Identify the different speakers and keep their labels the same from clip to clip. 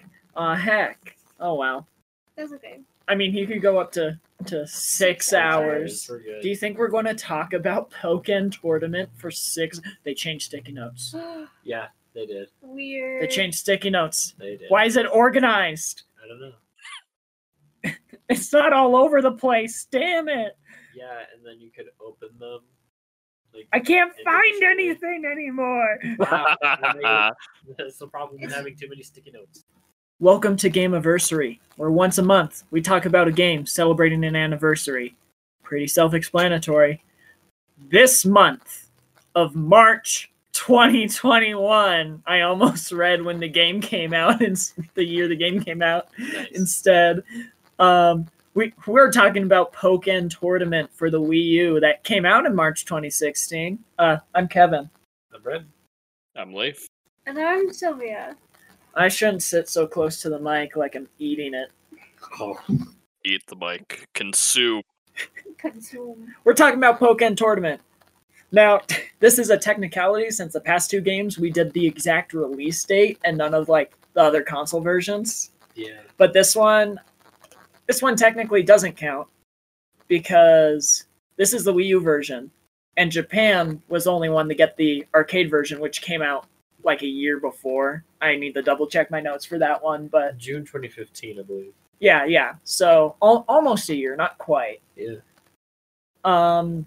Speaker 1: Aw, Uh, heck. Oh, wow.
Speaker 2: That's okay.
Speaker 1: I mean, he could go up to, to six
Speaker 3: It's
Speaker 1: hours.
Speaker 3: pretty good.
Speaker 1: Do you think we're going to talk about Pokken Tournament for six? They changed sticky notes.
Speaker 3: yeah, they did.
Speaker 2: Weird.
Speaker 1: They changed sticky notes.
Speaker 3: They did.
Speaker 1: Why is it organized?
Speaker 3: I don't know.
Speaker 1: It's not all over the place. Damn it.
Speaker 3: Yeah, and then you could open them. Like
Speaker 1: I can't
Speaker 3: It is.
Speaker 1: find anything anymore.
Speaker 3: wow, well, they- that's the problem with having too many sticky notes.
Speaker 1: Welcome to Gamiversary, where once a month we talk about a game celebrating an anniversary. Pretty self explanatory. This month of March 2021, I almost read when the game came out and s- the year the game came out
Speaker 3: Nice.
Speaker 1: instead. Um, we, we're talking about Pokken Tournament for the Wii U that came out in March 2016. Uh, I'm Kevin.
Speaker 3: The bread.
Speaker 4: I'm Leaf.
Speaker 2: And I'm Sylvia.
Speaker 1: I shouldn't sit so close to the mic like I'm eating it.
Speaker 3: Oh,
Speaker 4: Eat the mic. Consume.
Speaker 2: Consume.
Speaker 1: We're talking about Pokken Tournament. Now, this is a technicality since the past two games we did the exact release date and none of like the other console versions.
Speaker 3: yeah.
Speaker 1: But this one this one technically doesn't count because this is the Wii U version and Japan was the only one to get the arcade version which came out like a year before. I need to double check my notes for that one, but
Speaker 3: June 2015, I believe.
Speaker 1: yeah, yeah. So al- almost a year, not quite.
Speaker 3: Yeah.
Speaker 1: Um,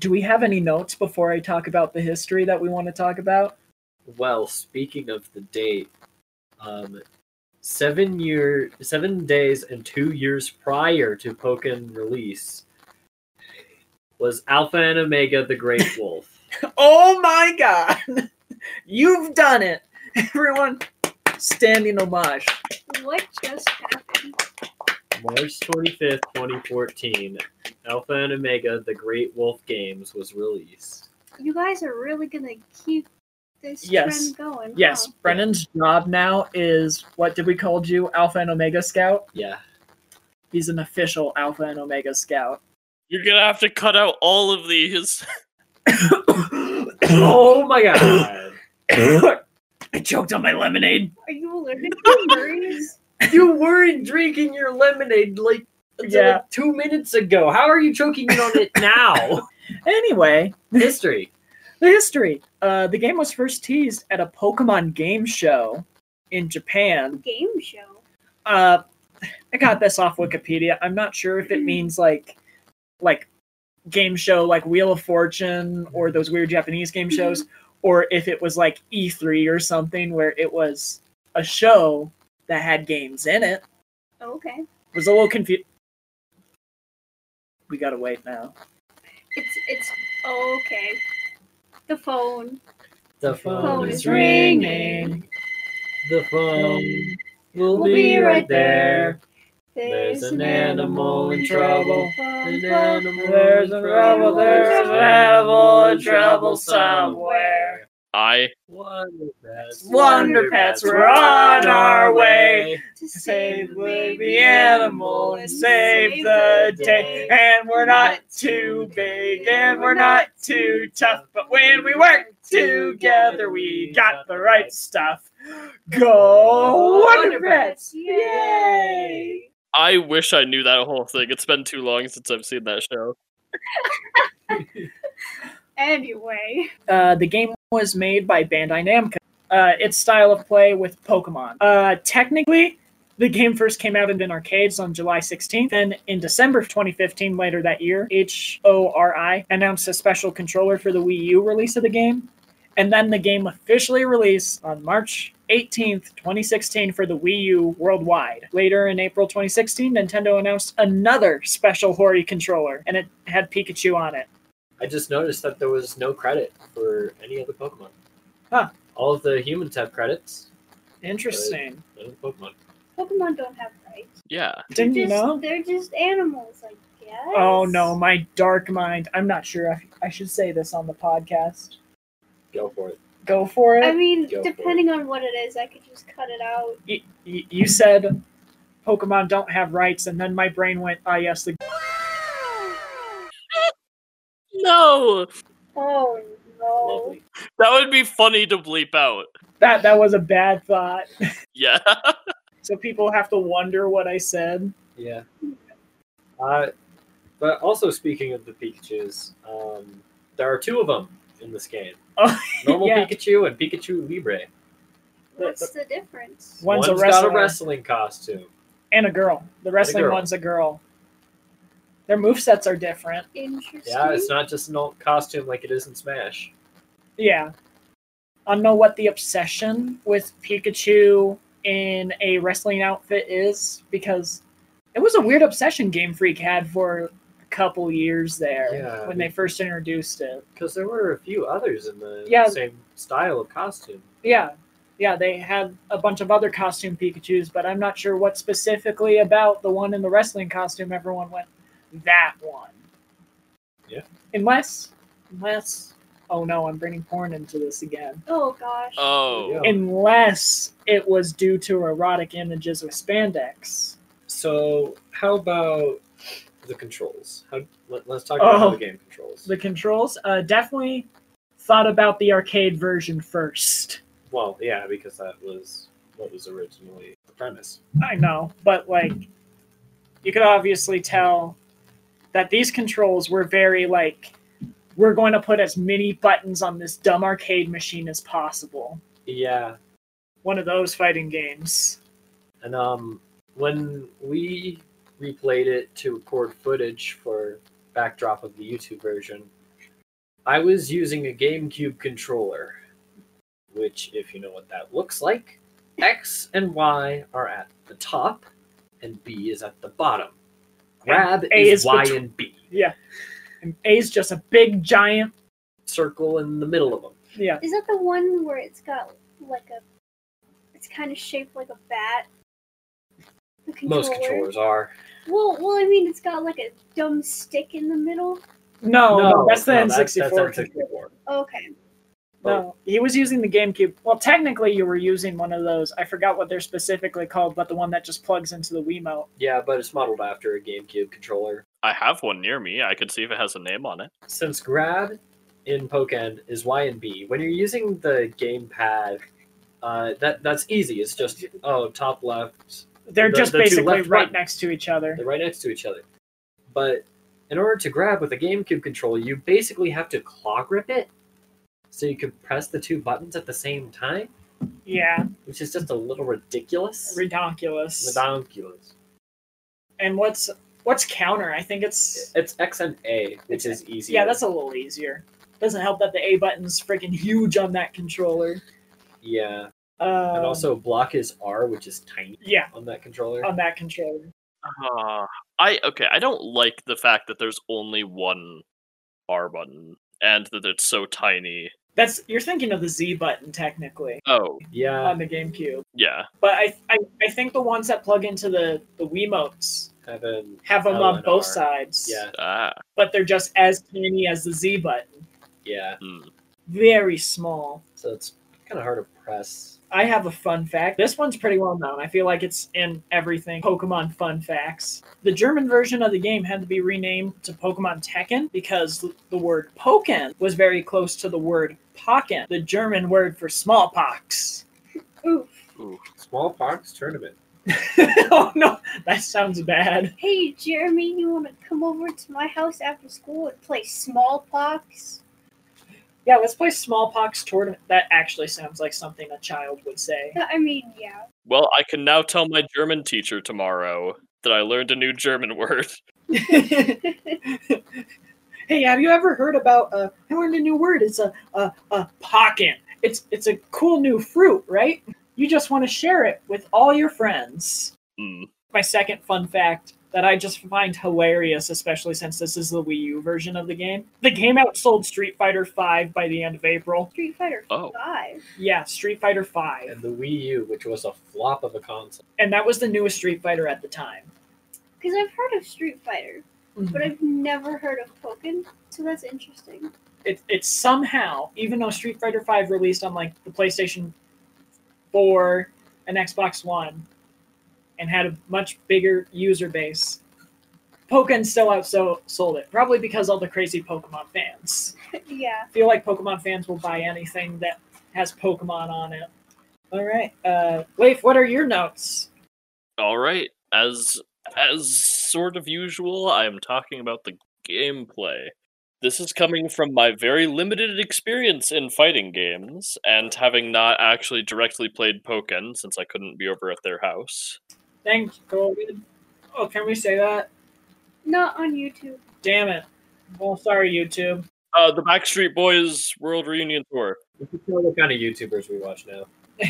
Speaker 1: do we have any notes before I talk about the history that we want to talk about?
Speaker 3: Well, speaking of the date, um, seven year, seven days and two years prior to Pokken release was Alpha and Omega: The Great Wolf.
Speaker 1: Oh my god! You've done it! Everyone, standing homage.
Speaker 2: What just happened?
Speaker 3: March 25th, 2014, Alpha and Omega: The Great Wolf Games was released.
Speaker 2: You guys are really gonna keep this
Speaker 1: Yes.
Speaker 2: trend going.
Speaker 1: Yes,
Speaker 2: huh?
Speaker 1: Brennan's job now is what did we call you? Alpha and Omega Scout?
Speaker 3: Yeah,
Speaker 1: He's an official Alpha and Omega Scout.
Speaker 4: You're gonna have to cut out all of these.
Speaker 3: Oh my god.
Speaker 1: I choked on my lemonade.
Speaker 2: Are you allergic to berries?
Speaker 3: you weren't drinking your lemonade like, until,
Speaker 1: Yeah.
Speaker 3: like two minutes ago. How are you choking in on it now?
Speaker 1: Anyway,
Speaker 3: History.
Speaker 1: The history. Uh, the game was first teased at a Pokemon game show in Japan.
Speaker 2: Game show.
Speaker 1: Uh, I got this off Wikipedia. I'm not sure if it means like, like, game show like Wheel of Fortune or those weird Japanese game shows, or if it was like E3 or something where it was a show that had games in it.
Speaker 2: Okay.
Speaker 1: Was a little confused. We gotta wait now.
Speaker 2: It's it's okay. The phone.
Speaker 3: The
Speaker 1: phone
Speaker 3: phone
Speaker 2: is
Speaker 3: is ringing. The phone
Speaker 1: Um,
Speaker 3: will
Speaker 2: We'll
Speaker 3: be right there.
Speaker 2: There's,
Speaker 3: an animal in trouble. An
Speaker 2: Phone.
Speaker 3: animal
Speaker 1: There's
Speaker 3: in
Speaker 1: a trouble, there's an animal in trouble somewhere.
Speaker 4: I
Speaker 3: Wonder pets,
Speaker 1: Wonder Pets, we're on our way.
Speaker 2: To
Speaker 1: Save the baby animal and save the day. And we're not too big and we're not too tough, but when we work together, we got the right stuff. Go Wonder Pets! Yay!
Speaker 4: I wish I knew that whole thing. It's been too long since I've seen that show.
Speaker 2: Anyway,
Speaker 1: Uh, the game was made by Bandai Namco. Uh, its style of play with Pokemon. Uh, technically, the game first came out in arcades on July 16th, and in December of 2015, later that year, HORI announced a special controller for the Wii U release of the game. And then the game officially released on March 18th, 2016, for the Wii U worldwide. Later in April 2016, Nintendo announced another special Hori controller, and it had Pikachu on it.
Speaker 3: I just noticed that there was no credit for any other Pokemon.
Speaker 1: Huh.
Speaker 3: All of the humans have credits.
Speaker 1: Interesting.
Speaker 3: None of the Pokemon.
Speaker 2: Pokemon don't have rights.
Speaker 4: Yeah.
Speaker 1: Didn't you
Speaker 2: Just-
Speaker 1: know?
Speaker 2: They're just animals, I guess.
Speaker 1: Oh no, my dark mind. I'm not sure if I should say this on the podcast.
Speaker 3: Go for it.
Speaker 1: Go for it.
Speaker 2: I mean,
Speaker 3: Go for it.
Speaker 2: depending on what it is, I could just cut it out.
Speaker 1: Y- y- you said Pokemon don't have rights, and then my brain went, ah, yes, the.
Speaker 4: No,
Speaker 2: Oh no.
Speaker 3: Lovely.
Speaker 4: that would be funny to bleep out.
Speaker 1: That that was a bad thought.
Speaker 4: Yeah.
Speaker 1: so people have to wonder what I said.
Speaker 3: Yeah. Uh, but also speaking of the Pikachu's, um, there are two of them in this game.
Speaker 1: Oh,
Speaker 3: Normal
Speaker 1: yeah.
Speaker 3: Pikachu and Pikachu Libre.
Speaker 2: What's the difference?
Speaker 1: One's a
Speaker 3: got a
Speaker 1: wrestler.
Speaker 3: wrestling costume.
Speaker 1: And a girl. The wrestling
Speaker 3: girl.
Speaker 1: one's a girl. Their movesets are different.
Speaker 2: Interesting.
Speaker 3: Yeah, it's not just an old costume like it is in Smash.
Speaker 1: Yeah. I don't know what the obsession with Pikachu in a wrestling outfit is because it was a weird obsession Game Freak had for a couple years there
Speaker 3: Yeah.
Speaker 1: when they first introduced it.
Speaker 3: Because there were a few others in the
Speaker 1: Yeah.
Speaker 3: same style of costume.
Speaker 1: Yeah. Yeah, they had a bunch of other costume Pikachus, but I'm not sure what specifically about the one in the wrestling costume everyone went that one.
Speaker 3: Yeah.
Speaker 1: Unless unless oh no, I'm bringing porn into this again.
Speaker 2: Oh gosh.
Speaker 3: Uh,
Speaker 4: Oh,
Speaker 3: Yeah.
Speaker 1: Unless it was due to erotic images with spandex.
Speaker 3: So, how about the controls? How, let, us talk about how
Speaker 1: Oh.
Speaker 3: the game controls.
Speaker 1: The controls uh definitely thought about the arcade version first.
Speaker 3: well, yeah, because that was what was originally the premise.
Speaker 1: I know, but like you could obviously tell that these controls were very like we're going to put as many buttons on this dumb arcade machine as possible.
Speaker 3: Yeah,
Speaker 1: One of those fighting games.
Speaker 3: And um, when we replayed it to record footage for backdrop of the YouTube version, I was using a GameCube controller, which, if you know what that looks like, X and Y are at the top, and B is at the bottom. Grab
Speaker 1: A
Speaker 3: is,
Speaker 1: is
Speaker 3: Y
Speaker 1: betw-
Speaker 3: and B.
Speaker 1: And A's just a big giant
Speaker 3: Circle in the middle of them.
Speaker 1: yeah.
Speaker 2: Is that the one where it's got like a? It's kind of shaped like a bat. The controller.
Speaker 3: Most controllers are.
Speaker 2: Well, well, I mean, it's got like a dumb stick in the middle.
Speaker 1: No, no, that's the
Speaker 3: no,
Speaker 1: N64.
Speaker 3: that's
Speaker 1: controller.
Speaker 3: N64.
Speaker 2: Okay.
Speaker 1: No, he was using the GameCube. Well, technically, you were using one of those. I forgot what they're specifically called, but the one that just plugs into the Wiimote.
Speaker 3: Yeah, but it's modeled after a GameCube controller.
Speaker 4: I have one near me. I could see if it has a name on it.
Speaker 3: since grab in Pokken is Y and B, when you're using the gamepad, uh, that that's easy. It's just oh top left,
Speaker 1: They're
Speaker 3: The-
Speaker 1: just
Speaker 3: the two
Speaker 1: basically
Speaker 3: left
Speaker 1: right
Speaker 3: buttons.
Speaker 1: next to each other.
Speaker 3: they're right next to each other. But in order to grab with a GameCube controller, you basically have to claw grip it, so you can press the two buttons at the same time,
Speaker 1: Yeah,
Speaker 3: which is just a little ridiculous.
Speaker 1: redonkulous.
Speaker 3: Ridiculous.
Speaker 1: And what's what's counter? I think it's
Speaker 3: It's X and A, which is easy.
Speaker 1: yeah, that's a little easier. Doesn't help that the A button's freaking huge on that controller.
Speaker 3: yeah.
Speaker 1: Um,
Speaker 3: And also block is R, which is tiny
Speaker 1: yeah,
Speaker 3: on that controller.
Speaker 1: on that controller.
Speaker 4: Ah, I okay. I don't like the fact that there's only one R button and that it's so tiny.
Speaker 1: That's you're thinking of the Z button technically
Speaker 4: Oh,
Speaker 3: yeah.
Speaker 1: on the GameCube,
Speaker 4: yeah.
Speaker 1: but I, I I think the ones that plug into the the Wiimotes
Speaker 3: Evan.
Speaker 1: have them
Speaker 3: L
Speaker 1: on
Speaker 3: and
Speaker 1: both
Speaker 3: R.
Speaker 1: sides.
Speaker 3: Yeah.
Speaker 4: Ah,
Speaker 1: but they're just as tiny as the Z button.
Speaker 3: Yeah.
Speaker 4: hmm.
Speaker 1: Very small.
Speaker 3: So it's kind of hard to press.
Speaker 1: I have a fun fact. This one's pretty well known. I feel like it's in everything Pokemon fun facts. The German version of the game had to be renamed to Pokemon Tekken because the word Pokken was very close to the word Pocken, the German word for smallpox.
Speaker 2: Oof.
Speaker 4: Ooh.
Speaker 3: Smallpox tournament.
Speaker 1: oh no, that sounds bad.
Speaker 2: Hey, Jeremy, you want to come over to my house after school and play smallpox?
Speaker 1: Yeah, let's play smallpox tournament. That actually sounds like something a child would say.
Speaker 2: I mean, yeah.
Speaker 4: Well, I can now tell my German teacher tomorrow that I learned a new German word.
Speaker 1: hey, have you ever heard about? Uh, I learned a new word. It's a a a pocken. It's it's a cool new fruit, right? You just want to share it with all your friends.
Speaker 4: Hmm.
Speaker 1: My second fun fact that I just find hilarious, especially since this is the Wii U version of the game. The game outsold Street Fighter V by the end of April.
Speaker 2: Street Fighter
Speaker 4: Oh.
Speaker 2: Five.
Speaker 1: Yeah, Street Fighter V,
Speaker 3: And the Wii U, which was a flop of a console.
Speaker 1: and that was the newest Street Fighter at the time.
Speaker 2: Because I've heard of Street Fighter, but I've never heard of Pokken, so that's interesting.
Speaker 1: it, it's somehow even though street fighter V released on like the playstation 4 and xbox one and had a much bigger user base pokemon still outsold it probably because all the crazy pokemon fans
Speaker 2: yeah.
Speaker 1: I feel like pokemon fans will buy anything that has pokemon on it all right uh leif what are your notes
Speaker 4: All right, as as sort of usual, I am talking about the gameplay. This is coming from my very limited experience in fighting games and having not actually directly played Pokken since I couldn't be over at their house.
Speaker 1: Thanks, COVID. Oh, can we say that?
Speaker 2: Not on YouTube.
Speaker 1: Damn it. Well, sorry, YouTube.
Speaker 4: Uh, the Backstreet Boys World Reunion Tour.
Speaker 3: We can tell what kind of YouTubers we watch now.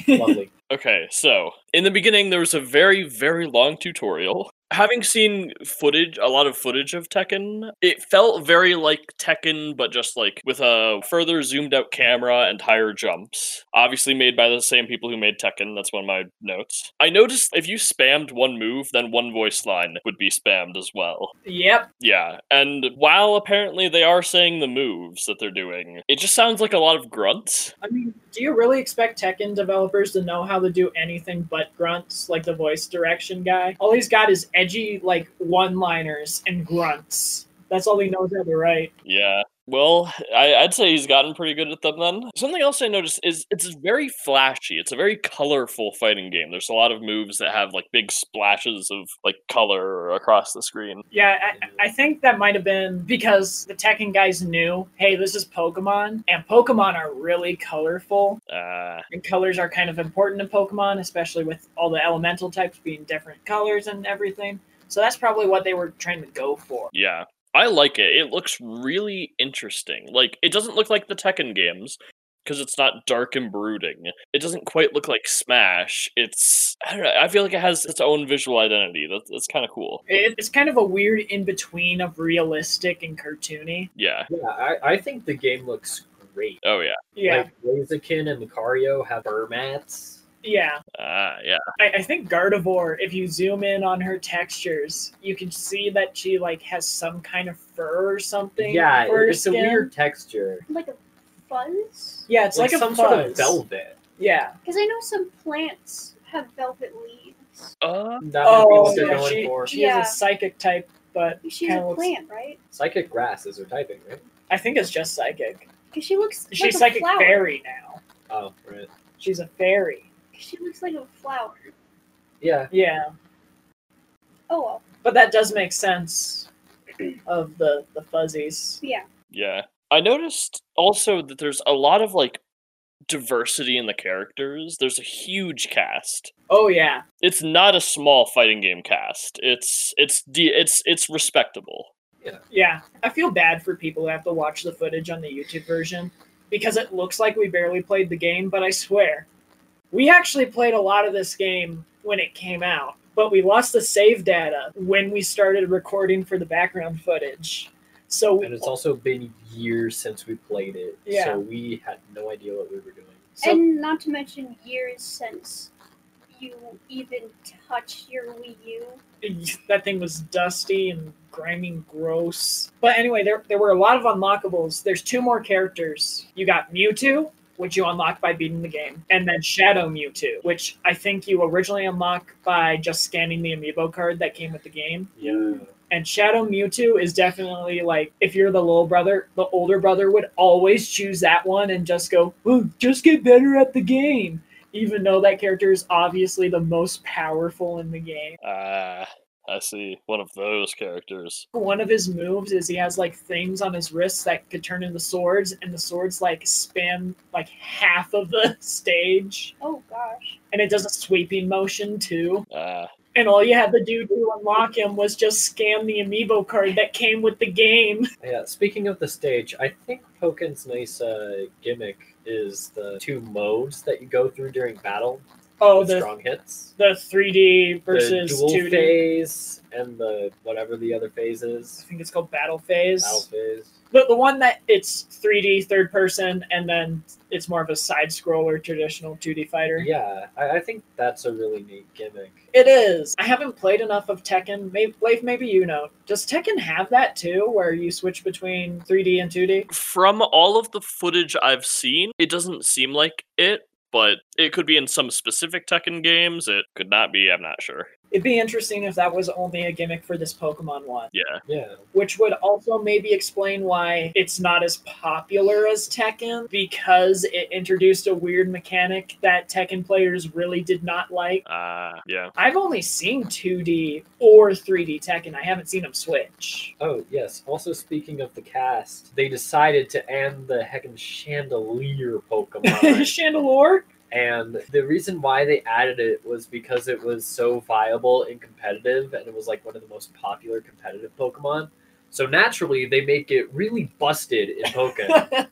Speaker 3: Lovely.
Speaker 4: Okay, so in the beginning, there was a very, very long tutorial. Having seen footage, a lot of footage of Tekken, it felt very like Tekken, but just like with a further zoomed out camera and higher jumps. Obviously, made by the same people who made Tekken. That's one of my notes. I noticed if you spammed one move, then one voice line would be spammed as well.
Speaker 1: yep.
Speaker 4: Yeah, and while apparently they are saying the moves that they're doing, it just sounds like a lot of grunts.
Speaker 1: I mean, do you really expect Tekken developers to know how to do anything but grunts, like the voice direction guy? All he's got is edgy, like, one liners and grunts. That's all he knows how to write.
Speaker 4: Yeah. Well, I, I'd say he's gotten pretty good at them then. Something else I noticed is it's very flashy. It's a very colorful fighting game. There's a lot of moves that have like big splashes of like color across the screen.
Speaker 1: Yeah, I, I think that might have been because the Tekken guys knew, hey, this is Pokemon, and Pokemon are really colorful,
Speaker 4: Uh,
Speaker 1: and colors are kind of important in Pokemon, especially with all the elemental types being different colors and everything. So that's probably what they were trying to go for.
Speaker 4: yeah. I like it. It looks really interesting. Like, it doesn't look like the Tekken games because it's not dark and brooding. It doesn't quite look like Smash. It's, I don't know, I feel like it has its own visual identity. That, that's kind of cool.
Speaker 1: It, it's kind of a weird in between of realistic and cartoony.
Speaker 4: Yeah.
Speaker 3: yeah, I, I think the game looks great.
Speaker 4: Oh, yeah.
Speaker 1: Yeah,
Speaker 3: Like Blaziken and Lucario have fur mats.
Speaker 1: yeah.
Speaker 4: Ah, yeah.
Speaker 1: I, I think Gardevoir, if you zoom in on her textures, you can see that she like has some kind of fur or something.
Speaker 3: Yeah,
Speaker 1: for her
Speaker 3: it's a
Speaker 1: skin.
Speaker 3: weird texture.
Speaker 2: Like a fuzz?
Speaker 1: Yeah, it's like, a
Speaker 3: some
Speaker 1: fuzz.
Speaker 3: sort of velvet.
Speaker 1: Yeah.
Speaker 2: Because I know some plants have velvet leaves.
Speaker 4: Uh,
Speaker 3: That would be
Speaker 1: Oh,
Speaker 3: what they're
Speaker 1: yeah,
Speaker 3: going
Speaker 1: she,
Speaker 3: for.
Speaker 1: she
Speaker 2: Yeah.
Speaker 1: is a psychic type, but
Speaker 2: She's
Speaker 1: Kinda
Speaker 2: a
Speaker 1: looks-
Speaker 2: plant, right?
Speaker 3: Psychic grass is her typing, right?
Speaker 1: I think it's just psychic.
Speaker 2: Because she looks
Speaker 1: She's
Speaker 2: like a
Speaker 1: psychic
Speaker 2: flower.
Speaker 1: fairy now.
Speaker 3: Oh, right.
Speaker 1: She's a fairy.
Speaker 2: 'Cause She looks like a flower.
Speaker 3: Yeah.
Speaker 1: Yeah,
Speaker 2: Oh well.
Speaker 1: but that does make sense of the the fuzzies.
Speaker 2: Yeah.
Speaker 4: Yeah. I noticed also that there's a lot of like diversity in the characters. There's a huge cast.
Speaker 1: Oh yeah,
Speaker 4: It's not a small fighting game cast. It's it's de- it's it's respectable.
Speaker 1: yeah. I feel bad for people who have to watch the footage on the YouTube version because it looks like we barely played the game, but I swear, we actually played a lot of this game when it came out, but we lost the save data when we started recording for the background footage. So
Speaker 3: And it's also been years since we played it,
Speaker 1: Yeah.
Speaker 3: so we had no idea what we were doing.
Speaker 1: So-
Speaker 2: and not to mention years since you even touched your Wii U.
Speaker 1: that thing was dusty and grimy and gross. But anyway, there, there were a lot of unlockables. There's two more characters. You got Mewtwo, which you unlock by beating the game, and then Shadow Mewtwo, which I think you originally unlock by just scanning the amiibo card that came with the game.
Speaker 3: Yeah.
Speaker 1: And Shadow Mewtwo is definitely like, if you're the little brother, the older brother would always choose that one and just go, "Ooh, just get better at the game. Even though that character is obviously the most powerful in the game.
Speaker 4: Ah, I see. One of those characters.
Speaker 1: one of his moves is he has like things on his wrists that could turn into swords, and the swords like span like half of the stage,
Speaker 2: Oh gosh.
Speaker 1: and it does a sweeping motion too.
Speaker 4: Ah,
Speaker 1: And all you had to do to unlock him was just scan the amiibo card that came with the game.
Speaker 3: Yeah. Speaking of the stage, I think Poken's nice uh, gimmick is the two modes that you go through during battle.
Speaker 1: Oh,
Speaker 3: with
Speaker 1: the
Speaker 3: strong hits.
Speaker 1: the 3D
Speaker 3: The
Speaker 1: versus
Speaker 3: dual
Speaker 1: 2D.
Speaker 3: phase and the whatever the other phase
Speaker 1: I
Speaker 3: is.
Speaker 1: think it's called Battle Phase.
Speaker 3: Battle phase.
Speaker 1: The, the one that it's 3D third person, and then it's more of a side scroller traditional 2D fighter.
Speaker 3: Yeah, I, I think that's a really neat gimmick.
Speaker 1: It is. I haven't played enough of Tekken. Maybe, Blake, maybe you know. Does Tekken have that too, where you switch between 3D and 2D?
Speaker 4: from all of the footage I've seen, it doesn't seem like it, but It could be in some specific Tekken games. It could not be. I'm not sure.
Speaker 1: It'd be interesting if that was only a gimmick for this Pokemon one,
Speaker 4: Yeah.
Speaker 3: Yeah.
Speaker 1: which would also maybe explain why it's not as popular as Tekken because it introduced a weird mechanic that Tekken players really did not like.
Speaker 4: Uh, yeah.
Speaker 1: I've only seen 2D or 3D Tekken. I haven't seen them switch.
Speaker 3: Oh yes. Also speaking of the cast, they decided to end the heckin' chandelier Pokemon.
Speaker 1: Chandelure?
Speaker 3: And the reason why they added it was because it was so viable and competitive, and it was like one of the most popular competitive Pokemon. So naturally, they make it really busted in Pokemon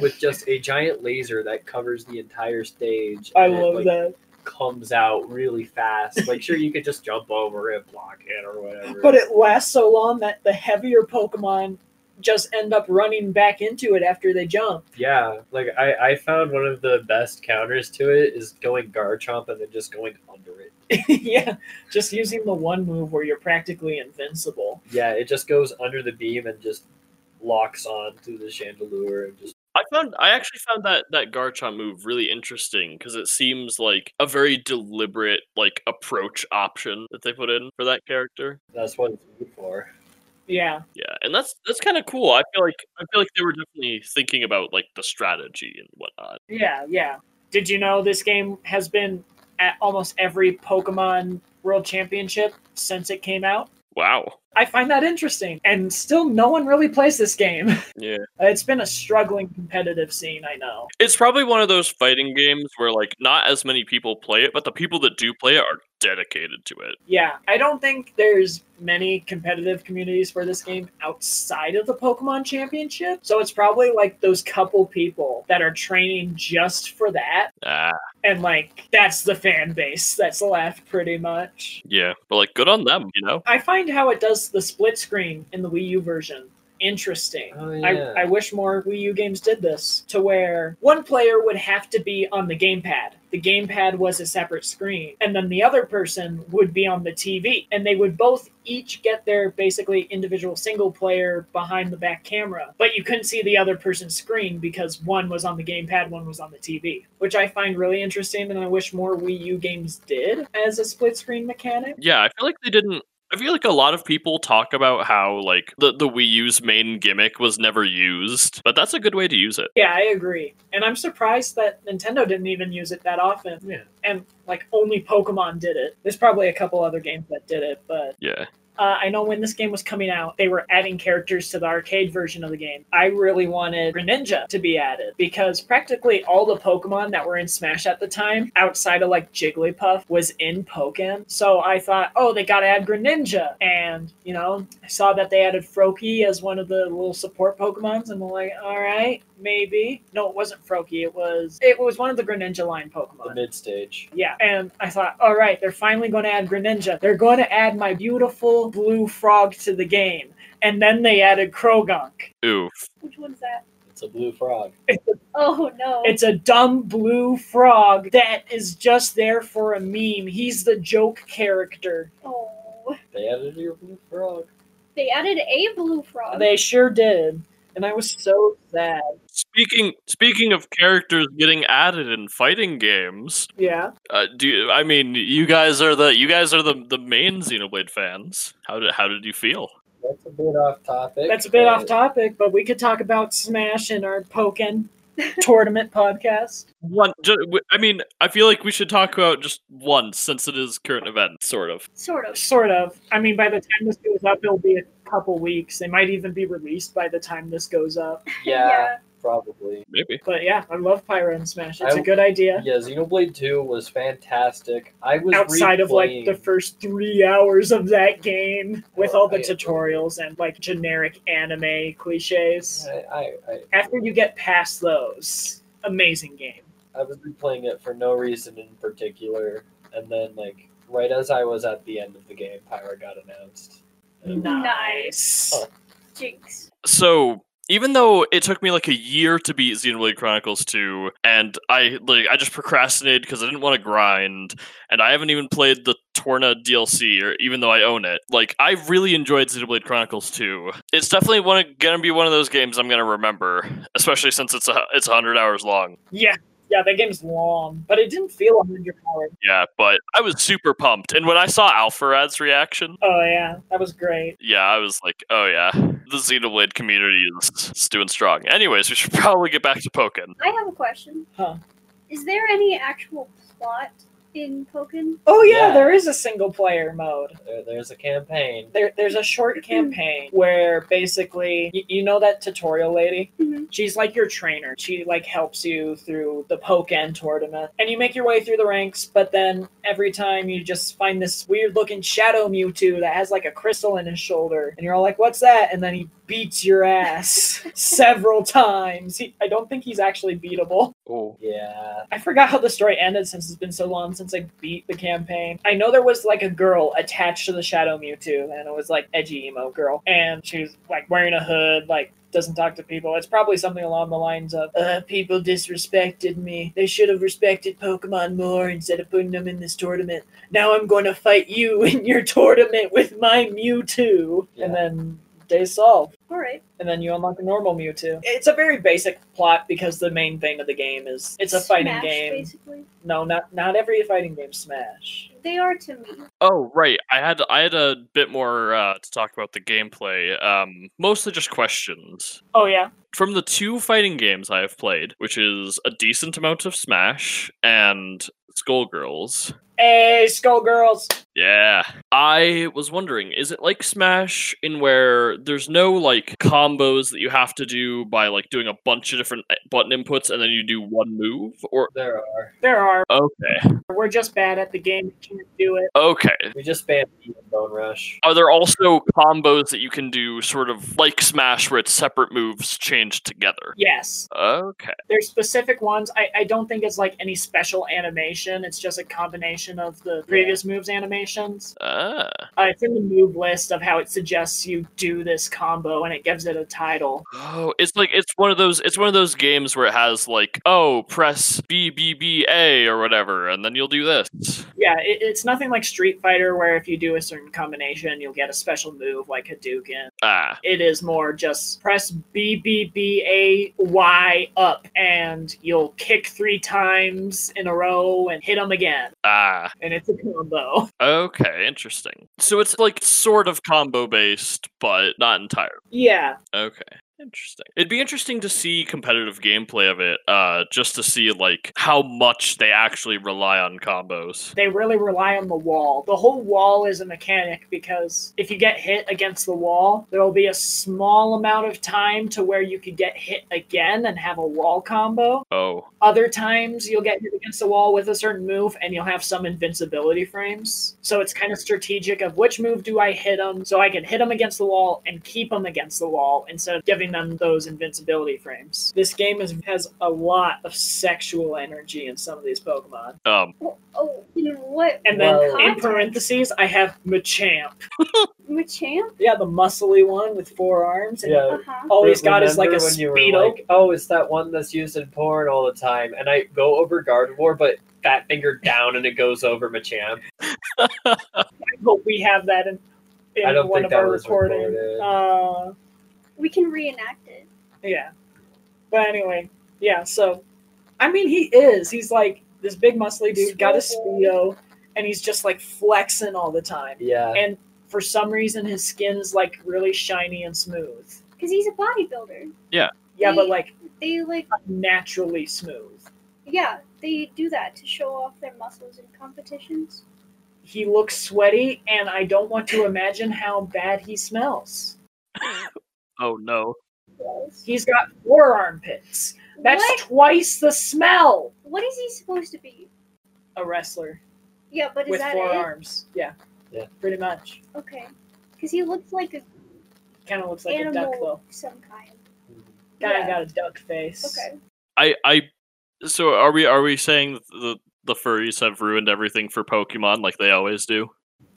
Speaker 3: with just a giant laser that covers the entire stage.
Speaker 1: I
Speaker 3: and it,
Speaker 1: love
Speaker 3: like,
Speaker 1: that.
Speaker 3: Comes out really fast. Like sure, you could just jump over it, block it, or whatever.
Speaker 1: But it lasts so long that the heavier Pokemon just end up running back into it after they jump.
Speaker 3: yeah, like I, I found one of the best counters to it is going Garchomp and then just going under it.
Speaker 1: yeah, just using the one move where you're practically invincible.
Speaker 3: Yeah, it just goes under the beam and just locks on to the chandelier and just
Speaker 4: I found I actually found that that Garchomp move really interesting because it seems like a very deliberate like approach option that they put in for that character.
Speaker 3: that's what it's good for.
Speaker 1: Yeah,
Speaker 4: Yeah, and that's that's kind of cool. I feel like I feel like they were definitely thinking about like the strategy and whatnot.
Speaker 1: yeah, yeah. Did you know this game has been at almost every Pokemon World Championship since it came out?
Speaker 4: Wow.
Speaker 1: I find that interesting, and still no one really plays this game.
Speaker 4: Yeah.
Speaker 1: It's been a struggling competitive scene, I know.
Speaker 4: It's probably one of those fighting games where like not as many people play it, but the people that do play it are dedicated to it.
Speaker 1: Yeah, I don't think there's many competitive communities for this game outside of the Pokemon Championship. So it's probably like those couple people that are training just for that.
Speaker 4: Ah,
Speaker 1: And like, that's the fan base that's left pretty much.
Speaker 4: yeah. But like good on them, you know?
Speaker 1: I find how it does the split screen in the Wii U version interesting.
Speaker 3: Oh
Speaker 1: I, I wish more Wii U games did this to where one player would have to be on the gamepad. The gamepad was a separate screen, and then the other person would be on the TV, and they would both each get their basically individual single player behind the back camera. But you couldn't see the other person's screen because one was on the gamepad, one was on the TV, which I find really interesting, and I wish more Wii U games did as a split screen mechanic.
Speaker 4: Yeah, I feel like they didn't. I feel like a lot of people talk about how like the the Wii U's main gimmick was never used, but that's a good way to use it.
Speaker 1: Yeah, I agree. And I'm surprised that Nintendo didn't even use it that often.
Speaker 3: yeah.
Speaker 1: and like only Pokemon did it. There's probably a couple other games that did it, but
Speaker 4: Yeah,
Speaker 1: uh, I know when this game was coming out, they were adding characters to the arcade version of the game. I really wanted Greninja to be added because practically all the Pokemon that were in Smash at the time, outside of like Jigglypuff, was in Pokken. So I thought, oh, they gotta add Greninja, and you know, I saw that they added Froakie as one of the little support Pokemons, and I'm like, all right, maybe. No, it wasn't Froakie. It was it was one of the Greninja line Pokemon.
Speaker 3: The mid stage.
Speaker 1: Yeah, and I thought, all right, they're finally going to add Greninja. They're going to add my beautiful blue frog to the game. And then they added Krogunk.
Speaker 4: oof.
Speaker 2: Which one's that?
Speaker 3: It's a blue frog.
Speaker 2: Oh no.
Speaker 1: It's a dumb blue frog that is just there for a meme. He's the joke character.
Speaker 2: oh.
Speaker 3: They added your blue frog.
Speaker 2: They added a blue frog.
Speaker 1: They sure did. And I was so sad.
Speaker 4: Speaking speaking of characters getting added in fighting games,
Speaker 1: Yeah.
Speaker 4: uh, do you, I mean you guys are the you guys are the the main Xenoblade fans? How did how did you feel?
Speaker 3: That's a bit off topic. Uh,
Speaker 1: That's a bit off
Speaker 3: but
Speaker 1: topic, but we could talk about Smash in our Pokken tournament podcast.
Speaker 4: One, ju- w- I mean, I feel like we should talk about just one since it is current event, sort of.
Speaker 2: Sort of.
Speaker 1: Sort of. I mean, by the time this goes up, it'll be a couple weeks. They might even be released by the time this goes up.
Speaker 3: Yeah, probably.
Speaker 4: Maybe
Speaker 1: But yeah, I love Pyra and Smash. It's a
Speaker 3: I-
Speaker 1: good idea.
Speaker 3: Yeah, Xenoblade 2 was fantastic. I was
Speaker 1: Outside of like the
Speaker 3: replaying- Oh,
Speaker 1: first three hours of that game with all the
Speaker 3: I-
Speaker 1: tutorials and like generic anime cliches.
Speaker 3: I, I, I,
Speaker 1: After you get past those, amazing game.
Speaker 3: I was replaying it for no reason in particular, and then like right as I was at the end of the game, Pyra got announced. And
Speaker 1: Nice.
Speaker 3: Huh.
Speaker 2: Jinx.
Speaker 4: so. Even though it took me like a year to beat Xenoblade Chronicles 2, and I like I just procrastinated because I didn't want to grind, and I haven't even played the Torna DLC, or even though I own it. Like I really enjoyed Xenoblade Chronicles 2. It's definitely one, gonna be one of those games I'm gonna remember, especially since it's a, it's hundred hours long.
Speaker 1: Yeah, Yeah, that game's long, but it didn't feel 100 hours.
Speaker 4: Yeah, but I was super pumped. And when I saw Alpharad's reaction,
Speaker 1: Oh, yeah, that was great.
Speaker 4: yeah, I was like, oh yeah, the Xenoblade community is is doing strong. Anyways, we should probably get back to Pokken.
Speaker 2: I have a question.
Speaker 1: Huh.
Speaker 2: Is there any actual plot in Pokken?
Speaker 1: Oh, yeah,
Speaker 3: Yeah.
Speaker 1: there is a single player mode.
Speaker 3: There, there's a campaign.
Speaker 1: There, there's a short campaign where basically you, you know that tutorial lady
Speaker 2: Mhm.
Speaker 1: she's like your trainer she like helps you through the pokken tournament and you make your way through the ranks but then every time you just find this weird looking shadow mewtwo that has like a crystal in his shoulder and you're all like what's that and then he beats your ass several times he, i don't think he's actually beatable
Speaker 4: Oh.
Speaker 3: Yeah.
Speaker 1: I forgot how the story ended since it's been so long since I beat the campaign. I know there was like a girl attached to the Shadow Mewtwo, and it was like edgy emo girl, and she was like wearing a hood, like doesn't talk to people. It's probably something along the lines of, uh, people disrespected me. They should have respected Pokemon more instead of putting them in this tournament. Now I'm going to fight you in your tournament with my Mewtwo.
Speaker 3: Yeah.
Speaker 1: And then they solve
Speaker 2: All right.
Speaker 1: and then you unlock a normal Mewtwo. It's a very basic plot because the main thing of the game is it's a fighting
Speaker 2: Smash,
Speaker 1: game.
Speaker 2: Basically,
Speaker 1: No, not not every fighting game Smash.
Speaker 2: they are to me.
Speaker 4: Oh right, I had I had a bit more uh, to talk about the gameplay. Um, mostly just questions.
Speaker 1: Oh yeah.
Speaker 4: from the two fighting games I have played, which is a decent amount of Smash and Skullgirls.
Speaker 1: Hey, Skullgirls.
Speaker 4: Yeah. I was wondering, is it like Smash in where there's no like combos that you have to do by like doing a bunch of different eh, button inputs and then you do one move or
Speaker 3: There are.
Speaker 1: There are.
Speaker 4: okay.
Speaker 1: We're just bad at the game. We can't do it.
Speaker 4: Okay.
Speaker 3: We just banned Demon Bone Rush.
Speaker 4: Are there also combos that you can do sort of like Smash where it's separate moves changed together?
Speaker 1: Yes,
Speaker 4: Okay.
Speaker 1: there's specific ones. I, I don't think it's like any special animation. It's just a combination of the previous moves animations.
Speaker 4: Ah.
Speaker 1: Uh, it's in the move list of how it suggests you do this combo, and it gives it a title.
Speaker 4: Oh, it's like it's one of those it's one of those games where it has like, oh, press B B B A or whatever, and then you'll do this.
Speaker 1: Yeah, it, it's nothing like Street Fighter, where if you do a certain combination, you'll get a special move like Hadouken.
Speaker 4: Ah.
Speaker 1: It is more just press B B B A Y up, and you'll kick three times in a row and hit them again,
Speaker 4: Ah.
Speaker 1: and it's a combo.
Speaker 4: Okay, interesting. So it's like sort of combo based, but not entirely.
Speaker 1: Yeah,
Speaker 4: Okay. Interesting. It'd be interesting to see competitive gameplay of it, uh, just to see like how much they actually rely on combos.
Speaker 1: they really rely on the wall. The whole wall is a mechanic because if you get hit against the wall, there will be a small amount of time to where you could get hit again and have a wall combo.
Speaker 4: Oh.
Speaker 1: Other times, you'll get hit against the wall with a certain move, and you'll have some invincibility frames. So it's kind of strategic of which move do I hit them, so I can hit them against the wall and keep them against the wall instead of giving them those invincibility frames. This game is, has a lot of sexual energy in some of these Pokemon.
Speaker 4: Um
Speaker 2: Oh, oh you know what?
Speaker 1: And then
Speaker 3: Whoa.
Speaker 1: in parentheses, I have Machamp.
Speaker 2: Machamp?
Speaker 1: Yeah, the muscly one with four arms. And
Speaker 3: Yeah.
Speaker 2: Uh huh.
Speaker 1: All he's
Speaker 3: Re-
Speaker 1: got is like a
Speaker 3: remember when you were
Speaker 1: speedo.
Speaker 3: like, oh, it's that one that's used in porn all the time, and I go over Gardevoir, but fat finger down, and it goes over Machamp.
Speaker 1: I hope we have that in, in
Speaker 3: I don't
Speaker 1: one
Speaker 3: think
Speaker 1: of
Speaker 3: that
Speaker 1: our
Speaker 3: was
Speaker 1: recordings.
Speaker 3: recorded.
Speaker 1: Uh,
Speaker 2: We can reenact it.
Speaker 1: Yeah. But anyway, yeah, so I mean he is. He's like this big muscly dude, got a speedo, and he's just like flexing all the time.
Speaker 3: Yeah.
Speaker 1: And for some reason his skin's like really shiny and smooth.
Speaker 2: Because he's a bodybuilder.
Speaker 1: Yeah, but like
Speaker 2: They, like,
Speaker 1: naturally smooth.
Speaker 2: yeah, they do that to show off their muscles in competitions.
Speaker 1: He looks sweaty and I don't want to imagine how bad he smells.
Speaker 4: oh no.
Speaker 2: Yes.
Speaker 1: He's got four armpits. That's
Speaker 2: What?
Speaker 1: twice the smell.
Speaker 2: What is he supposed to be?
Speaker 1: A wrestler
Speaker 2: Yeah, but is
Speaker 1: with
Speaker 2: that eh?
Speaker 1: four
Speaker 2: it?
Speaker 1: arms. Yeah.
Speaker 3: Yeah.
Speaker 1: Pretty much.
Speaker 2: Okay. Because he looks like an
Speaker 1: Kind of looks like
Speaker 2: animal
Speaker 1: a duck though.
Speaker 2: of some kind.
Speaker 1: Guy
Speaker 2: Yeah.
Speaker 1: got a duck face.
Speaker 2: Okay.
Speaker 4: I I so are we are we saying that the the furries have ruined everything for Pokemon like they always do?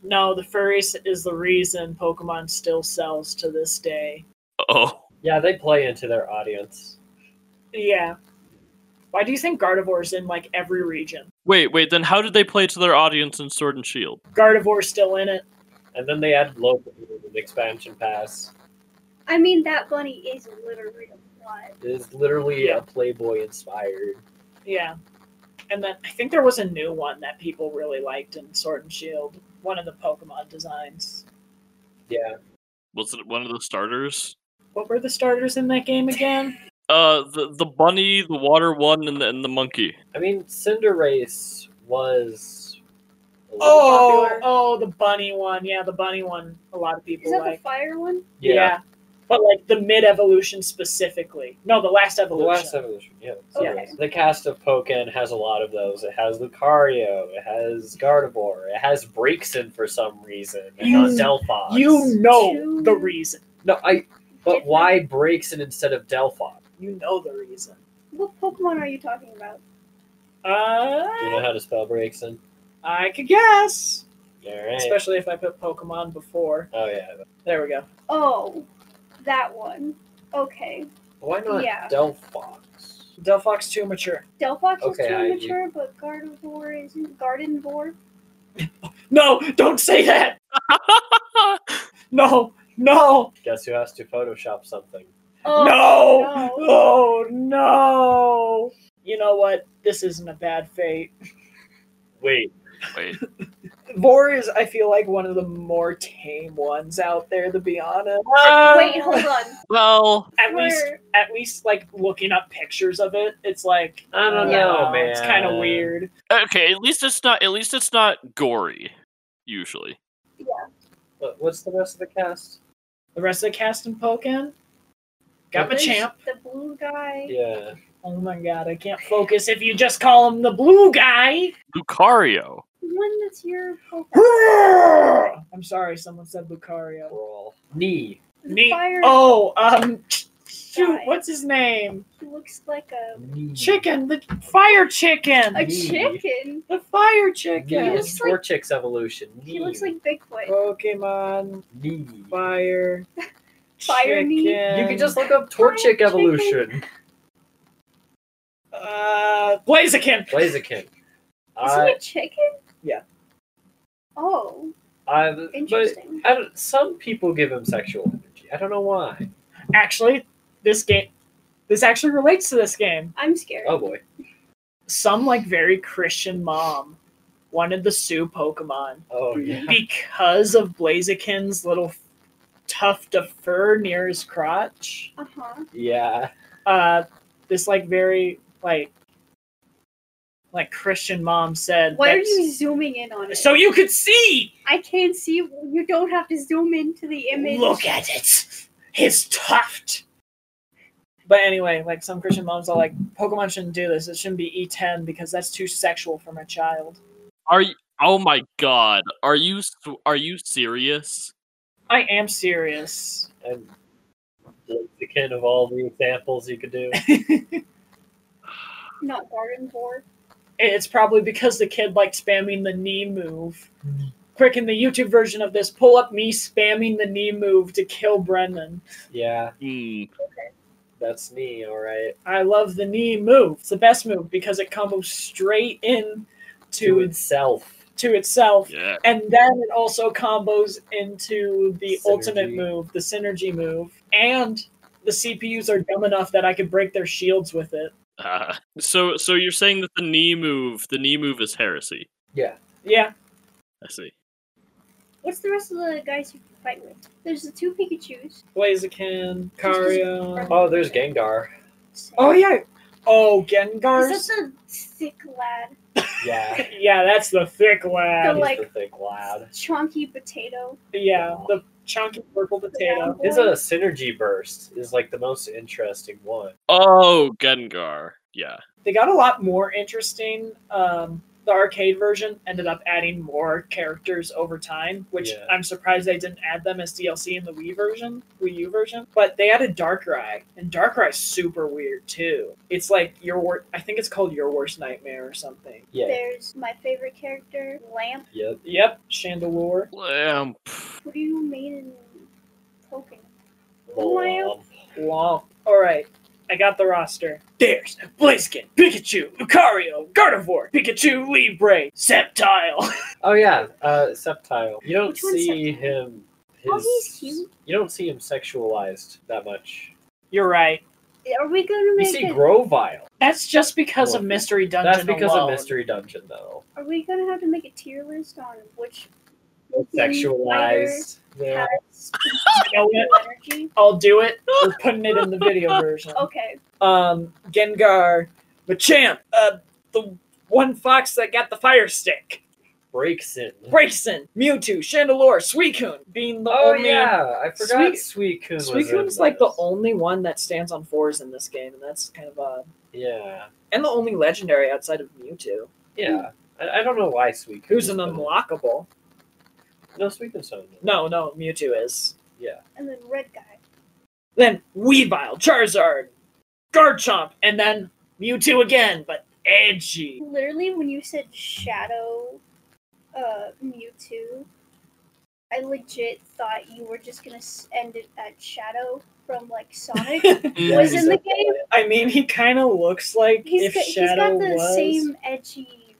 Speaker 1: No, the furries is the reason Pokemon still sells to this day.
Speaker 4: Oh.
Speaker 3: Yeah, they play into their audience.
Speaker 1: Yeah. Why do you think Gardevoir's in like every region?
Speaker 4: Wait, wait, then how did they play to their audience in Sword and Shield?
Speaker 1: Gardevoir's still in it.
Speaker 3: And then they add local in the expansion pass.
Speaker 2: I mean, that bunny is literally a lot.
Speaker 3: It is literally
Speaker 1: Yeah.
Speaker 3: a Playboy inspired.
Speaker 1: Yeah. And then I think there was a new one that people really liked in Sword and Shield, one of the Pokemon designs.
Speaker 3: Yeah.
Speaker 4: Was it one of the starters?
Speaker 1: What were the starters in that game again?
Speaker 4: Uh, the the bunny, the water one, and the, and the monkey.
Speaker 3: I mean, Cinderace was. a little
Speaker 1: oh,
Speaker 3: popular.
Speaker 1: oh, the bunny one. Yeah, the bunny one. A lot of people
Speaker 2: Is that
Speaker 1: like.
Speaker 2: the fire one?
Speaker 3: yeah.
Speaker 1: But like the mid evolution specifically. No, the last
Speaker 3: The
Speaker 1: evolution.
Speaker 3: last evolution, yeah.
Speaker 2: Oh,
Speaker 1: Okay.
Speaker 3: Cinderace. The cast of Pokken has a lot of those. It has Lucario, it has Gardevoir, it has Breakson for some reason, and
Speaker 1: You-
Speaker 3: not Delphox.
Speaker 1: you know
Speaker 2: Two-
Speaker 1: the reason.
Speaker 3: No, I. But
Speaker 2: Different-
Speaker 3: why Breakson instead of Delphox?
Speaker 1: You know the reason.
Speaker 2: What Pokemon are you talking about?
Speaker 3: Do you know
Speaker 1: Uh,
Speaker 3: how to spell Breakson?
Speaker 1: I could guess.
Speaker 3: Alright.
Speaker 1: Especially if I put Pokemon before.
Speaker 3: oh, yeah.
Speaker 1: There we go.
Speaker 2: Oh, that one. Okay.
Speaker 3: Why not
Speaker 2: Yeah.
Speaker 3: Delphox?
Speaker 1: Delphox too mature.
Speaker 2: Delphox
Speaker 3: Okay,
Speaker 2: is too
Speaker 3: I- you-
Speaker 2: mature, but Gardevoir isn't. Garden Boar?
Speaker 1: No, don't say that. No, no,
Speaker 3: Guess who has to Photoshop something?
Speaker 2: Oh,
Speaker 1: no,
Speaker 2: no.
Speaker 1: oh no. You know what? This isn't a bad fate.
Speaker 3: Wait.
Speaker 4: Wait,
Speaker 1: Vor is, I feel like, one of the more tame ones out there, to be honest.
Speaker 2: Wait, hold on.
Speaker 4: well,
Speaker 1: at least,
Speaker 2: We're-
Speaker 1: at least, like looking up pictures of it, it's like oh,
Speaker 3: I don't
Speaker 2: Yeah.
Speaker 3: know, man.
Speaker 1: It's kind of weird.
Speaker 4: okay. At least it's not. At least it's not gory. Usually,
Speaker 3: What- What's the rest of the cast?
Speaker 1: The rest of the cast in Pokken got my
Speaker 3: Nice.
Speaker 1: champ.
Speaker 2: The blue guy.
Speaker 3: Yeah.
Speaker 1: Oh my god, I can't focus if you just call him the blue guy.
Speaker 4: Lucario.
Speaker 2: The one that's your Pokemon.
Speaker 1: I'm sorry, someone said Lucario.
Speaker 3: Brawl. Knee.
Speaker 2: The
Speaker 1: Ne-
Speaker 2: fire.
Speaker 1: oh, um, shoot,
Speaker 2: Guy.
Speaker 1: what's his name?
Speaker 2: He looks like a
Speaker 3: Knee.
Speaker 1: Chicken, the fire chicken,
Speaker 2: a
Speaker 3: Knee.
Speaker 2: chicken.
Speaker 1: the fire
Speaker 3: Knee.
Speaker 1: chicken.
Speaker 2: He
Speaker 3: It's
Speaker 2: looks like-
Speaker 3: Torchic evolution. Knee.
Speaker 2: He looks like Bigfoot.
Speaker 1: Oh, Pokemon
Speaker 3: knee.
Speaker 1: fire.
Speaker 2: Fire knee.
Speaker 1: chicken.
Speaker 3: You can just look up Torchic
Speaker 2: Chicken.
Speaker 3: evolution.
Speaker 1: uh, Blaziken.
Speaker 3: Blaziken.
Speaker 2: Isn't
Speaker 3: I,
Speaker 2: it chicken?
Speaker 1: Yeah.
Speaker 2: Oh,
Speaker 3: I, but
Speaker 2: interesting.
Speaker 3: I don't, some people give him sexual energy. I don't know why.
Speaker 1: Actually, this game, this actually relates to this game.
Speaker 2: I'm scared.
Speaker 3: Oh boy.
Speaker 1: some like very Christian mom wanted the Sue Pokemon
Speaker 3: Oh yeah.
Speaker 1: because of Blaziken's little tuft of fur near his crotch.
Speaker 2: Uh huh.
Speaker 3: Yeah.
Speaker 1: Uh, this like very like like Christian mom said.
Speaker 2: Why are
Speaker 1: that's-
Speaker 2: you zooming in on it?
Speaker 1: So you could see.
Speaker 2: I can't see. You don't have to zoom into the image.
Speaker 1: Look at it. His tuft. But anyway, like some Christian moms are like, Pokemon shouldn't do this. It shouldn't be E10 because that's too sexual for my child.
Speaker 4: Are you? Oh my god. Are you? s- Are you serious?
Speaker 1: I am serious.
Speaker 3: And Blaziken of all the examples you could do.
Speaker 2: Not garden board.
Speaker 1: It's probably because the kid liked spamming the knee move. Quick, in the YouTube version of this, pull up me spamming the knee move to kill Brendan.
Speaker 3: Yeah.
Speaker 4: Hmm.
Speaker 3: That's knee. All right.
Speaker 1: I love the knee move. It's the best move because it combos straight in
Speaker 3: To
Speaker 1: to,
Speaker 3: itself.
Speaker 1: to itself.
Speaker 4: Yeah.
Speaker 1: And then it also combos into the ultimate
Speaker 3: Synergy.
Speaker 1: move, the synergy move. And the CPUs are dumb enough that I could break their shields with it.
Speaker 4: Uh, so, so you're saying that the knee move, the knee move is heresy?
Speaker 3: Yeah.
Speaker 1: Yeah.
Speaker 4: I see.
Speaker 2: What's the rest of the guys you can fight with? There's the two Pikachu's.
Speaker 1: Blaziken, Carrion.
Speaker 3: Oh, there's Gengar.
Speaker 1: Oh, yeah. Oh,
Speaker 2: Is
Speaker 1: Gengar's.
Speaker 2: that the thick lad,
Speaker 3: Yeah.
Speaker 1: Yeah, that's the thick lad.
Speaker 2: The
Speaker 3: He's
Speaker 2: like-
Speaker 3: the thick lad.
Speaker 2: chunky potato?
Speaker 1: Yeah, the chunky purple potato.
Speaker 2: Yeah.
Speaker 3: His uh, synergy burst is like the most interesting one.
Speaker 4: Oh, Gengar. Yeah.
Speaker 1: They got a lot more interesting. Um, the arcade version ended up adding more characters over time, which
Speaker 3: Yeah.
Speaker 1: I'm surprised they didn't add them as DLC in the Wii version, Wii U version. But they added Darkrai, and Darkrai's super weird too. It's like your wor- I think it's called Your Worst Nightmare or something.
Speaker 3: Yeah.
Speaker 2: There's my favorite character, Lamp.
Speaker 3: Yep.
Speaker 1: Yep, Chandelure.
Speaker 4: Um,
Speaker 2: What do you mean in Pokemon?
Speaker 3: Lomp.
Speaker 1: Wow. All right. I got the roster. There's Blaziken, Pikachu, Lucario, Gardevoir, Pikachu, Libre, Sceptile.
Speaker 3: Oh yeah, uh, Septile. You don't
Speaker 2: Which one's
Speaker 3: see
Speaker 2: Septile?
Speaker 3: him. His,
Speaker 2: Oh, he's cute.
Speaker 3: You don't see him sexualized that much.
Speaker 1: You're right.
Speaker 2: Are we going to
Speaker 3: You
Speaker 2: make
Speaker 3: see
Speaker 2: it?
Speaker 3: Grovile.
Speaker 1: That's just because of Mystery Dungeon.
Speaker 3: That's because
Speaker 1: alone.
Speaker 3: of Mystery Dungeon, though.
Speaker 2: Are we going to have to make a tier list on which
Speaker 3: Sexualized. Yeah.
Speaker 2: has
Speaker 1: You know what?
Speaker 2: energy?
Speaker 1: I'll do it. We're putting it in the video version.
Speaker 2: Okay.
Speaker 1: Um, Gengar, Machamp, uh, the one fox that got the fire stick,
Speaker 3: Breaks in.
Speaker 1: Braixen, Mewtwo, Chandelure, Suicune being the
Speaker 3: Oh,
Speaker 1: only
Speaker 3: yeah. I forgot Suicune was in
Speaker 1: Suicune's like the
Speaker 3: this.
Speaker 1: only one that stands on fours in this game, and that's kind of odd.
Speaker 3: Yeah.
Speaker 1: And the only legendary outside of Mewtwo,
Speaker 3: Yeah. I, I don't know why Suicune.
Speaker 1: who's an unlockable.
Speaker 3: No, Suicune's not in it.
Speaker 1: No, no, Mewtwo is.
Speaker 3: Yeah.
Speaker 2: And then red guy.
Speaker 1: Then Weavile, Charizard, Garchomp, and then Mewtwo again, but edgy.
Speaker 2: Literally, when you said Shadow uh, Mewtwo, I legit thought you were just going to end it at Shadow from like Sonic was in the game.
Speaker 1: I mean, he kind of looks like
Speaker 2: He's
Speaker 1: if
Speaker 2: got, he's
Speaker 1: Shadow
Speaker 2: got the
Speaker 1: was.
Speaker 2: same edgy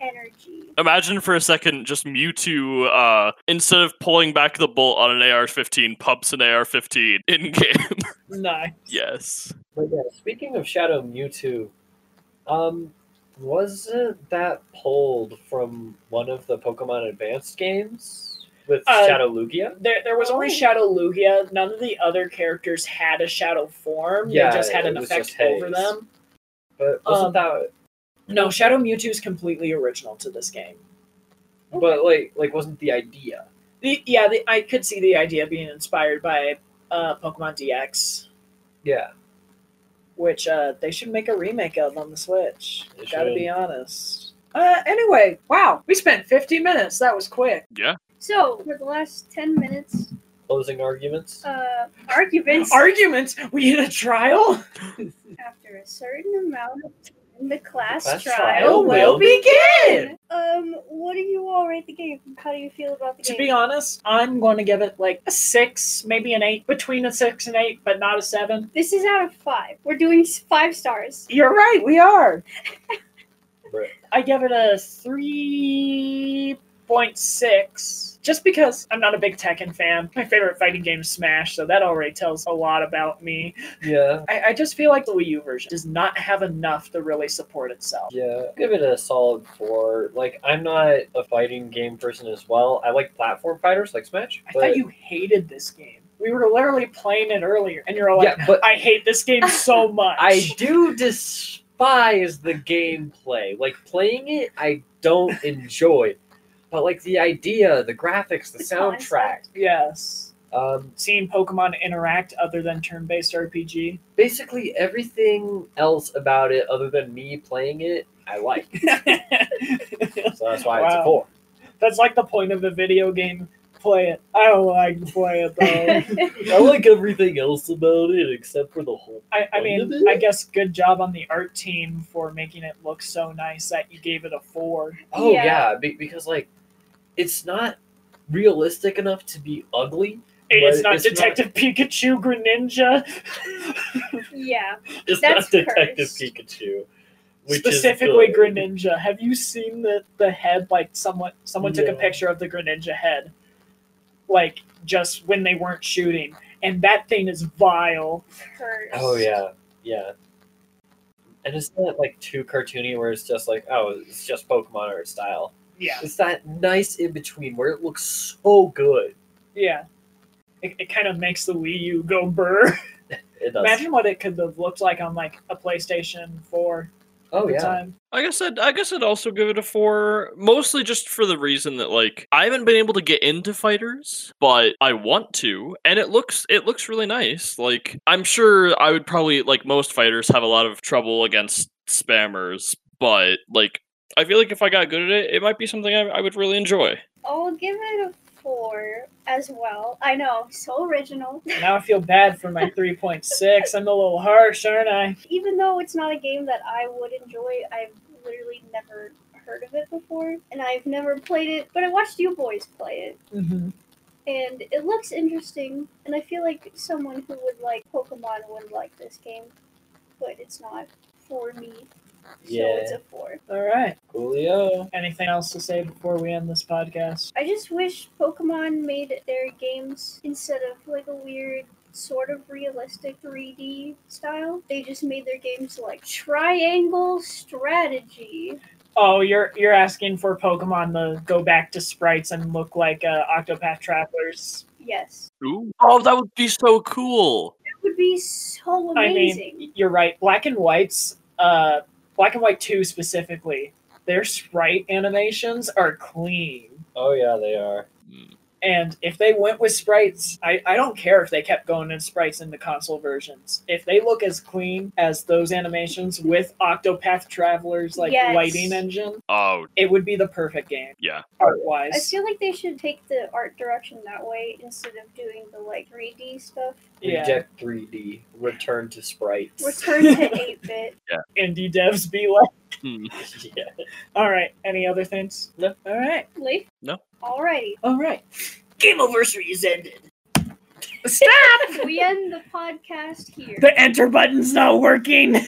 Speaker 2: energy.
Speaker 4: Imagine for a second just Mewtwo, uh, instead of pulling back the bolt on an AR 15, pumps an AR 15 in game.
Speaker 1: Nah.
Speaker 4: yes.
Speaker 3: But yeah, speaking of Shadow Mewtwo, um, wasn't that pulled from one of the Pokemon Advanced games with
Speaker 1: Uh,
Speaker 3: Shadow Lugia?
Speaker 1: There, there was only
Speaker 2: Oh.
Speaker 1: Shadow Lugia. None of the other characters had a shadow form.
Speaker 3: Yeah,
Speaker 1: they just had
Speaker 3: it
Speaker 1: an
Speaker 3: was
Speaker 1: effect
Speaker 3: just
Speaker 1: over
Speaker 3: haze.
Speaker 1: them.
Speaker 3: But wasn't
Speaker 1: um,
Speaker 3: that?
Speaker 1: No, Shadow Mewtwo is completely original to this game.
Speaker 3: But like, like, wasn't the idea?
Speaker 1: The, yeah, the, I could see the idea being inspired by uh, Pokemon DX,
Speaker 3: Yeah,
Speaker 1: which uh, they should make a remake of on the Switch.
Speaker 3: They
Speaker 1: Gotta
Speaker 3: should.
Speaker 1: be honest. Uh, anyway, wow, we spent 50 minutes. That was quick.
Speaker 4: Yeah.
Speaker 2: So, for the last 10 minutes,
Speaker 3: closing arguments.
Speaker 2: uh, arguments
Speaker 1: Arguments. We had a trial.
Speaker 2: after a certain amount of time, the class,
Speaker 3: class
Speaker 2: trial
Speaker 3: trial will
Speaker 1: begin.
Speaker 2: Um, what do you all rate the game? How do you feel about the
Speaker 1: To
Speaker 2: game?
Speaker 1: be honest, I'm going to give it like a six, maybe an eight, between a six and eight, but not a seven.
Speaker 2: this is out of five. We're doing s- five stars.
Speaker 1: You're right, we are.
Speaker 3: Right.
Speaker 1: I give it a 3.6 just because I'm not a big Tekken fan. My favorite fighting game is Smash, so that already tells a lot about me.
Speaker 3: Yeah,
Speaker 1: I, I just feel like the Wii U version does not have enough to really support itself.
Speaker 3: yeah. Give it a solid four. Like, I'm not a fighting game person as well. I like platform fighters, like Smash.
Speaker 1: I
Speaker 3: But,
Speaker 1: thought you hated this game. We were literally playing it earlier, and you're like,
Speaker 3: yeah, but
Speaker 1: I hate this game so much.
Speaker 3: I do despise the gameplay. Like playing it, I don't enjoy. But like the idea, the graphics, the
Speaker 2: The
Speaker 3: soundtrack,
Speaker 2: concept.
Speaker 1: yes.
Speaker 3: um,
Speaker 1: Seeing Pokemon interact other than turn-based RPG.
Speaker 3: basically everything else about it, other than me playing it, I like. So that's why it's a
Speaker 1: Wow.
Speaker 3: four.
Speaker 1: That's like the point of a video game. Play it. I don't like to play it though.
Speaker 3: I like everything else about it except for the whole.
Speaker 1: I, I mean, I guess good job on the art team for making it look so nice that you gave it a four.
Speaker 3: Oh
Speaker 2: Yeah.
Speaker 3: yeah, be- because like, it's not realistic enough to be ugly.
Speaker 1: Hey, it's
Speaker 3: But
Speaker 1: not
Speaker 3: it's not-
Speaker 1: Detective Pikachu Greninja.
Speaker 2: yeah.
Speaker 3: It's
Speaker 2: That's
Speaker 3: not Detective
Speaker 2: cursed.
Speaker 3: Pikachu. which is
Speaker 1: Specifically
Speaker 3: good.
Speaker 1: Greninja. Have you seen the, the head? Like someone someone took a
Speaker 3: No.
Speaker 1: picture of the Greninja head. Like just when they weren't shooting. And that thing is vile.
Speaker 2: Cursed.
Speaker 3: Oh yeah, yeah. And it's not like too cartoony where it's just like, oh, it's just Pokemon art style.
Speaker 1: Yeah,
Speaker 3: It's that nice in between where it looks so good.
Speaker 1: yeah. It, it kind of makes the Wii U go burr.
Speaker 3: It does.
Speaker 1: Imagine what it could have looked like on like a PlayStation 4
Speaker 3: oh
Speaker 1: at the
Speaker 3: yeah,
Speaker 1: time.
Speaker 4: I guess I'd, I guess I'd also give it a four, mostly just for the reason that like I haven't been able to get into fighters, but I want to, and it looks it looks really nice. Like I'm sure I would probably like most fighters have a lot of trouble against spammers, but like I feel like if I got good at it, it might be something I, I would really enjoy.
Speaker 2: I'll give it a four as well. I know, so original.
Speaker 1: Now I feel bad for my 3.6. I'm a little harsh, aren't I?
Speaker 2: Even though it's not a game that I would enjoy, I've literally never heard of it before, and I've never played it. But I watched you boys play it,
Speaker 1: Mm-hmm.
Speaker 2: and it looks interesting. And I feel like someone who would like Pokemon would like this game, but it's not for me. So
Speaker 3: yeah.
Speaker 2: it's a four.
Speaker 1: All right.
Speaker 3: Coolio.
Speaker 1: Anything else to say before we end this podcast?
Speaker 2: I just wish Pokemon made their games instead of like a weird sort of realistic 3D style. They just made their games like triangle strategy.
Speaker 1: Oh, you're you're asking for Pokemon to go back to sprites and look like uh, Octopath Travelers.
Speaker 2: Yes,
Speaker 4: Ooh. Oh, that would be so cool.
Speaker 2: it would be so amazing.
Speaker 1: I mean, you're right. Black and White's uh, Black and White Two specifically, their sprite animations are clean.
Speaker 3: Oh yeah, they are.
Speaker 4: Mm.
Speaker 1: And if they went with sprites, I, I don't care if they kept going in sprites in the console versions. If they look as clean as those animations with Octopath Traveler's like
Speaker 2: Yes.
Speaker 1: lighting engine,
Speaker 4: Oh,
Speaker 1: it would be the perfect game
Speaker 4: yeah.
Speaker 1: art
Speaker 2: Oh, I
Speaker 1: wise.
Speaker 2: feel like they should take the art direction that way instead of doing the like 3D stuff.
Speaker 1: Yeah.
Speaker 3: Reject 3D. Return to sprites.
Speaker 2: Return to 8-bit.
Speaker 1: Indie devs be like,
Speaker 4: Hmm.
Speaker 3: yeah.
Speaker 1: all right. Any other things? No. All right.
Speaker 2: Lee?
Speaker 4: No.
Speaker 2: Alrighty.
Speaker 1: All right. Game anniversary is ended. Stop.
Speaker 2: We end the podcast here.
Speaker 1: the enter button's not working.